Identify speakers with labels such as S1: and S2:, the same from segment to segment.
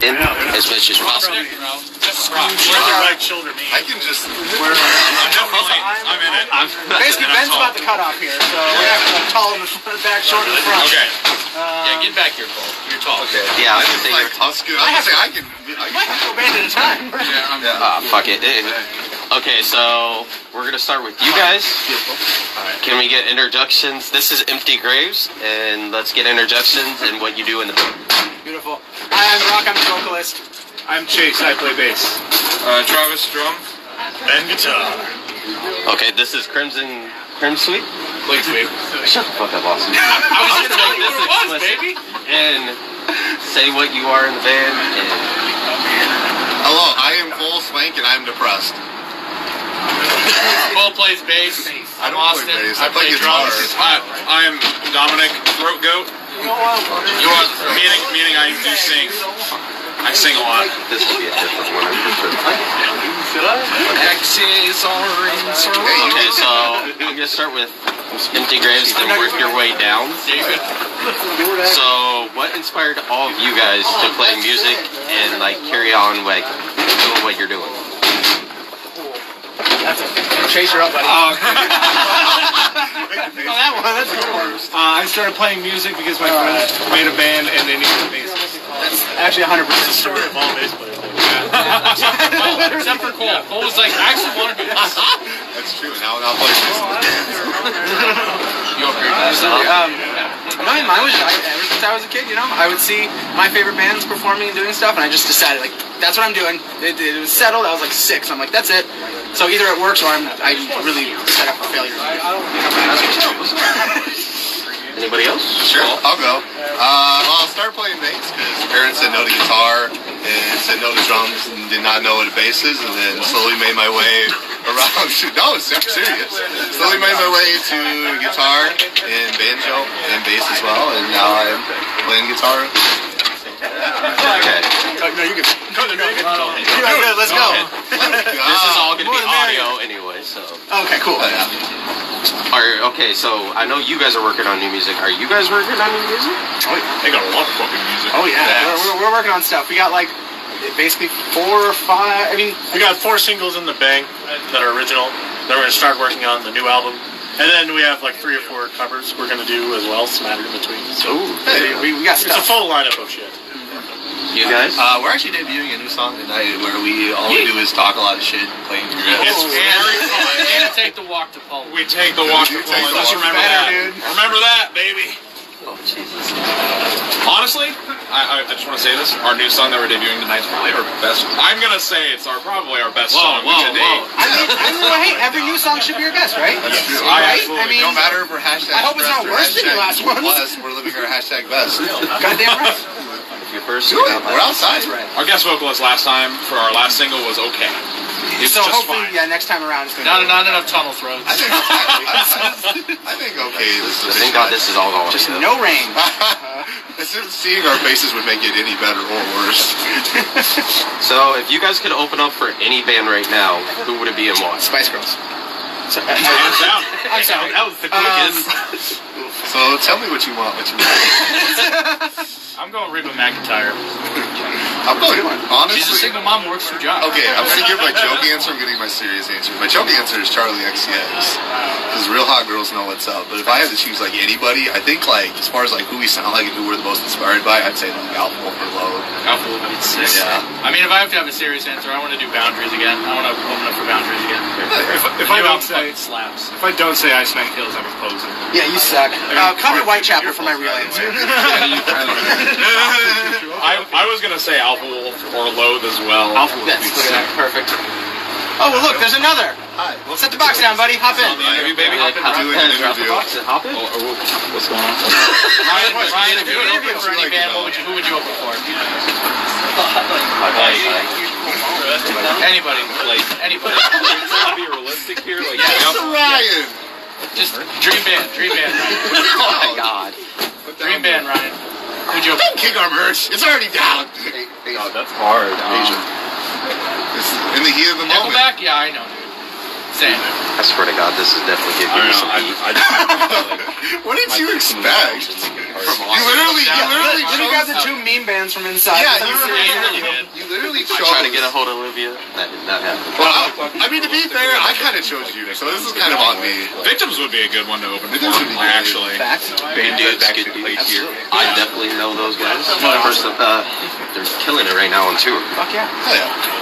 S1: in as much as possible.
S2: Right shoulder.
S3: I can just.
S2: I'm in it. I'm
S4: Basically, Ben's about to cut off here, so we have to tall in the front, back, short in the front.
S2: Okay. Yeah, get back here, Cole. You're tall.
S3: Okay.
S1: Yeah, I would say
S3: Like,
S1: you're
S3: that's good. I have to. I can. I
S4: Might
S3: can
S4: have to go band at a time.
S3: yeah, I'm
S1: Ah, fuck it. Eh. Okay, so we're gonna start with you guys. Can we get introductions? This is Empty Graves, and let's get introductions and what you do in the band.
S4: Beautiful. Hi, I'm Rock. I'm the vocalist.
S2: I'm Chase. I play bass.
S3: Uh, Travis Drum.
S2: And guitar.
S1: Okay, this is Crimson Crim Sweep.
S2: Please, babe.
S1: Shut the fuck up, Austin.
S2: I was gonna tell you
S1: This
S2: what it was,
S1: explicit.
S2: baby.
S1: And say what you are in the band. And
S3: Hello, I am Cole Swank, and I'm depressed.
S2: Cole plays bass. I'm
S3: don't play
S2: Austin.
S3: bass.
S2: I
S3: I
S2: play
S3: play
S2: drums.
S3: guitar.
S2: Hi, I'm Dominic Throat Goat. You are meaning meaning I do sing. I sing a lot.
S1: this will be a different one. I'm sure.
S2: X's orange.
S1: Okay, so I'm gonna start with empty graves, then work your way down. So, what inspired all of you guys to play music and like carry on like doing what you're doing?
S4: Chase, you're up, buddy.
S3: Hey,
S4: that one. That's good one.
S5: Uh, I started playing music because my friends made a band and they needed a bassist.
S4: Actually, 100 percent
S2: Story of all bass players. Except for Cole. Cole was like, I actually want to do this.
S3: That's true. Now, now play this.
S2: You agree with this?
S4: Um, no, mine was I, ever since I was a kid. You know, I would see my favorite bands performing and doing stuff, and I just decided like that's what I'm doing. It, it was settled. I was like six. I'm like that's it. So either it works or I'm I really set up for failure.
S1: Anybody else?
S3: Sure, I'll go. Uh, well, I'll start playing bass because parents said no to guitar and said no to drums and did not know what a bass is, and then slowly made my way around. no, I'm serious. Slowly made my way to guitar and banjo and bass as well, and now I'm playing guitar.
S1: Okay,
S4: No, you can.
S2: No, no, no.
S4: You're good. Let's go.
S1: this is all gonna
S4: More
S1: be
S4: the merrier.
S1: audio anyway. So,
S4: Okay, cool.
S3: Ah.
S1: are okay. So I know you guys are working on new music. Are you guys working on new music?
S2: They got a lot of fucking music.
S4: Oh yeah, we're, we're, we're working on stuff. We got like basically four or five. I mean,
S6: We got four singles in the bank that are original. That we're gonna start working on the new album, and then we have like three or four covers we're gonna do as well, smattered in between. So
S4: we, we got
S6: it's a
S4: stuff.
S6: full lineup of shit.
S1: You guys?
S3: Uh, we're actually debuting a new song tonight where we all we do is talk a lot of shit, playing
S2: It's
S3: riffs.
S2: very fun. And take the walk to Poland. We take the walk to
S3: You take
S2: Poland. Let's
S3: the walk.
S2: remember
S4: Better,
S2: that.
S4: dude.
S2: Remember that, baby.
S1: Oh Jesus!
S2: Honestly, I, I I just want to say this: our new song that we're debuting tonight is probably our best. I'm gonna say it's our probably our best song to
S4: I mean,
S2: date.
S4: I mean, well, hey, every new song should be your best, right?
S3: That's true.
S2: I
S3: Right?
S2: absolutely-
S3: I mean, no matter if we're hashtag.
S4: I hope it's not
S3: stressed or
S4: worse than your
S3: hashtag
S4: last one.
S3: Plus, we're living our hashtag best. Do
S4: Goddamn right.
S1: Your first.
S3: it. We're outside.
S2: Our guest vocalist last time for our last single was okay. It's
S4: So
S2: just
S4: hopefully, yeah,
S2: fine.
S4: next time around it's gonna
S2: Not
S4: be
S2: not enough tunnel throats.
S3: I think, I, I, I think okay, this is
S1: Thank God this is all going.
S4: just
S1: up.
S4: no rain.
S3: As if seeing our faces would make it any better or worse.
S1: So if you guys could open up for any band right now, who would it be and why?
S4: Spice Girls.
S2: Hands down.
S4: I'm sorry.
S2: That was
S6: Uh,
S2: the quickest.
S3: So tell me what you want. What you want.
S6: I'm going Reba McIntyre.
S3: I'm going honestly.
S6: mom works her job.
S3: Okay, I'm gonna give my joke answer. I'm getting my serious answer. My joke answer is Charlie XCX. Because real hot girls know what's up. But if I had to choose like anybody, I think like as far as like who we sound like and who we're the most inspired by, I'd say like Alpha Overload. Yeah.
S6: I mean, if I have to have a serious answer, I want to do boundaries again. I want to open up for boundaries again.
S5: If, if
S6: The
S5: I
S6: new
S5: don't
S6: album
S5: say,
S6: fucking slaps.
S5: if I don't say Ice Nine Kills, I'm a poser.
S4: Yeah, you suck. Uh, comment Whitechapel for my real answer.
S2: I, I was gonna say Alpha Wolf or Loathe as well.
S5: Alpha would
S4: That's
S5: be sick.
S4: perfect. Oh well, look, there's another.
S3: Hi. What's
S4: Set the box down, buddy. Hop in.
S2: Interview, baby.
S1: Like, hop-
S3: Do an
S1: drop the
S3: interview.
S1: box and hop in?
S2: What's going on? Ryan, Ryan, if you would open for any band, what would you, who would you open for? Anybody, like anybody. be realistic here, like
S3: Ryan.
S2: just dream band, dream band, Ryan.
S1: Oh my god.
S2: dream band, Ryan. Who'd you open?
S3: Kick our merch. It's already down.
S5: That's hard.
S3: It's in the heat of the moment.
S2: Nickelback? Yeah, I know. dude.
S4: insane.
S1: I swear to God, this is definitely
S2: I
S1: giving
S2: don't
S1: me
S2: know.
S1: some
S2: I,
S1: heat.
S2: I just,
S3: What did you expect? You literally, you literally
S4: Then you got
S3: chose.
S4: the two meme bands from inside.
S3: Yeah,
S4: That's
S3: you
S4: insane.
S3: literally, you literally
S1: I
S3: chose.
S1: tried to get a hold of Olivia. That did not happen.
S3: Well, I, I mean, to be fair, I kind of chose you, so this is kind of on me.
S2: victims would be a good one to open.
S3: Victims would be
S2: for,
S3: good.
S2: actually.
S4: Facts.
S1: Good dudes, good dudes. I definitely know those guys. First of, uh, they're killing it right now on tour.
S4: Fuck yeah.
S3: Hell yeah.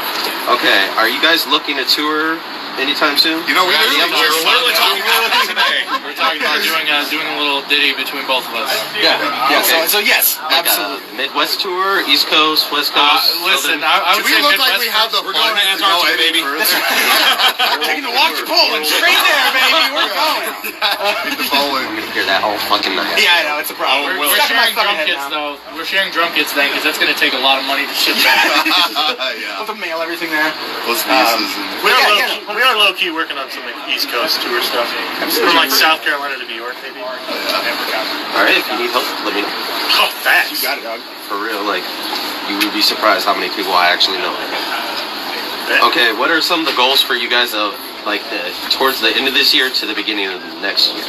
S1: Okay, are you guys looking to tour anytime soon?
S3: You know, we literally
S2: We're
S3: chose.
S2: literally talking about that today.
S7: We're talking about
S2: uh,
S7: doing a doing a little ditty between both of us.
S4: Yeah. yeah
S1: Okay.
S4: so, so yes,
S1: Like
S4: absolutely.
S1: a Midwest tour, East Coast, West
S7: Uh,
S1: Coast.
S7: listen,
S1: Southern-
S7: I, I
S3: Do
S7: would
S3: we
S7: say
S3: look
S7: Midwest.
S3: like we have the
S2: We're going to
S3: funds
S2: Antarctica,
S3: go any
S2: baby.
S3: further?
S4: We're taking a walk to Poland. Straight there, baby. We're going.
S1: I'm
S3: Poland.
S1: gonna hear that all fucking night.
S4: Yeah, I know. It's a problem.
S7: we're, we're
S4: Stuck in my
S7: sharing drum
S4: fucking head
S7: kits
S4: now.
S7: though. We're sharing drum kits then, because that's going to take a lot of money to ship back.
S4: We'll
S3: yeah.
S4: have to mail everything there.
S3: Those nieces and
S6: We are,
S4: Yeah,
S6: low
S4: yeah.
S6: key, we are low key working on some like East Coast tour stuff from like South Carolina to New York, maybe.
S1: All right, if you need help, let me know.
S6: Oh, facts.
S4: it, dog.
S1: For real, like, you would be surprised how many people I actually know. Okay, what are some of the goals for you guys of like the towards the end of this year to the beginning of next year?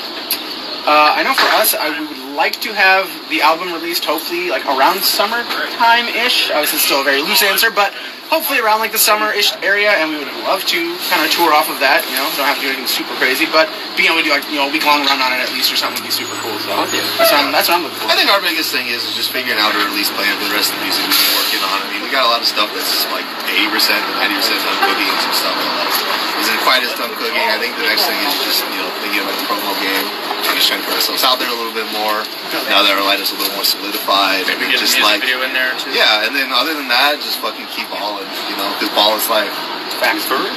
S4: Uh, I know for us, I we would like to have the album released hopefully like around summertime ish. Obviously, it's still a very loose answer, but hopefully around like the summer ish area, and we would love to kind of tour off of that. You know, don't have to do anything super crazy, but being able to do like you know a week long run on it at least or something would be super cool. So
S1: Fuck yeah.
S4: that's what I'm, that's what I'm looking for.
S3: I think our biggest thing is, is just figuring out a release plan for the rest of the music we've been working on. I mean, we got a lot of stuff that's just like 80% to 90% done cooking and some stuff like that isn't quite as done cooking. I think the next thing is just, you know, thinking about the promo game, just trying to put ourselves out there a little bit more now that our lineups a little more solidified. and
S7: we get
S3: just
S7: a music
S3: like,
S7: video in there too.
S3: yeah, and then other than that, just fucking keep balling, you know, because ball is life.
S1: For real?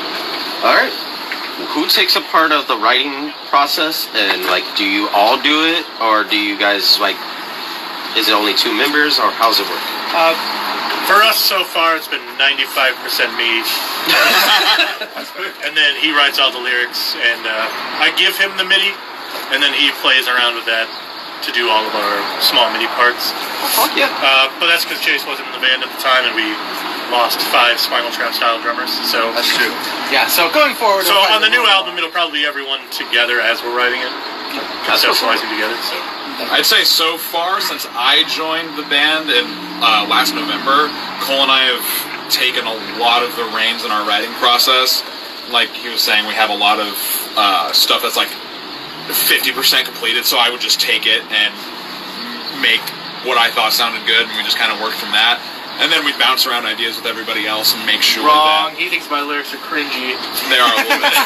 S1: All right. Who takes a part of the writing process and like do you all do it or do you guys like is it only two members or how's it work?
S4: Uh,
S6: For us so far, it's been 95% me. and then he writes all the lyrics, and uh, I give him the MIDI, and then he plays around with that to do all of our small MIDI parts.
S1: Fuck yeah.
S6: Uh, but that's because Chase wasn't in the band at the time, and we lost five Spinal Trap style drummers. So,
S3: That's true.
S4: yeah. So going forward.
S6: so
S4: we'll
S6: on the
S4: probably-
S6: new album, it'll probably be everyone together as we're writing it,
S1: That's what's up.
S6: conceptualizing together. So,
S2: I'd say so far since I joined the band in uh, last November, Cole and I have taken a lot of the reins in our writing process. Like he was saying, we have a lot of uh, stuff that's like 50% completed, so I would just take it and make what I thought sounded good, and we just kind of worked from that. And then we'd bounce around ideas with everybody else and make sure
S7: Wrong. He thinks my lyrics are cringy.
S2: that they are a little bit.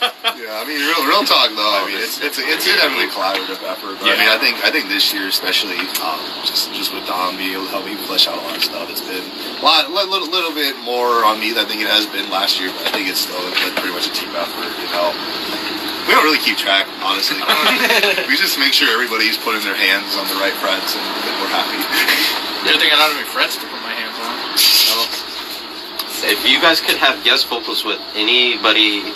S3: Yeah, I mean, real, real talk though. I mean, it's it's it's definitely a collaborative effort. But I mean, I think I think this year especially, um, just just with Dom being able to help me flesh out a lot of stuff, it's been a lot, li- little little bit more on me than I think it has been last year. But I think it's still been pretty much a team effort. You know, we don't really keep track, honestly. we just make sure everybody's putting their hands on the right frets and that we're happy.
S7: Good thing I don't have any frets to put my hands on.
S1: If you guys could have guest vocals with anybody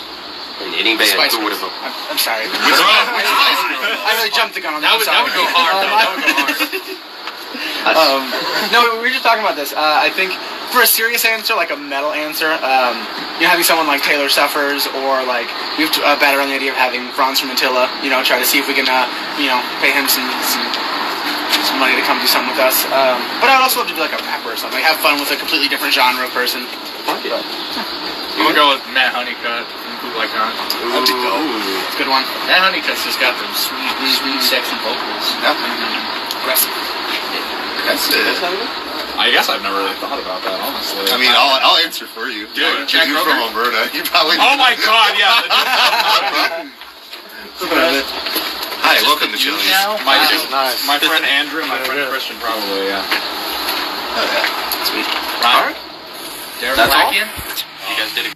S1: in any band,
S4: Spice
S1: who would
S4: Girls.
S1: have?
S4: I'm, I'm sorry.
S3: We're-
S4: I really jumped the gun on
S7: That
S4: that.
S7: would that would go hard. Though. That would go hard.
S4: Um, no, we were just talking about this. Uh, I think for a serious answer, like a metal answer, um, you know, having someone like Taylor Suffers or like we've uh, batted around the idea of having Franz from Attila, you know, try to see if we can, uh, you know, pay him some, some some money to come do something with us. Um, but I'd also love to do like a rapper or something. Have fun with a completely different genre person.
S1: Fuck yeah.
S7: I'm gonna go with Matt Honeycutt from Bootleg Hunt.
S3: That'd be dope.
S4: It's a good one. Mm-hmm.
S7: Matt Honeycutt's just got those sweet, sweet, sexy vocals.
S4: Aggressive.
S3: That's it.
S2: I guess I've never really thought about that, honestly.
S3: I mean, I'll, I'll answer for you.
S2: Do it.
S3: 'Cause
S7: Jack
S3: you're
S7: Roker?
S3: from Alberta. You probably.
S2: oh my god, yeah.
S3: Hi, welcome to Chili's.
S7: Now,
S2: My, my friend Andrew, and my friend Christian, probably, yeah.
S3: Oh, yeah.
S1: All right.
S7: Darren
S1: That's all?
S7: Blackian.
S1: You guys did a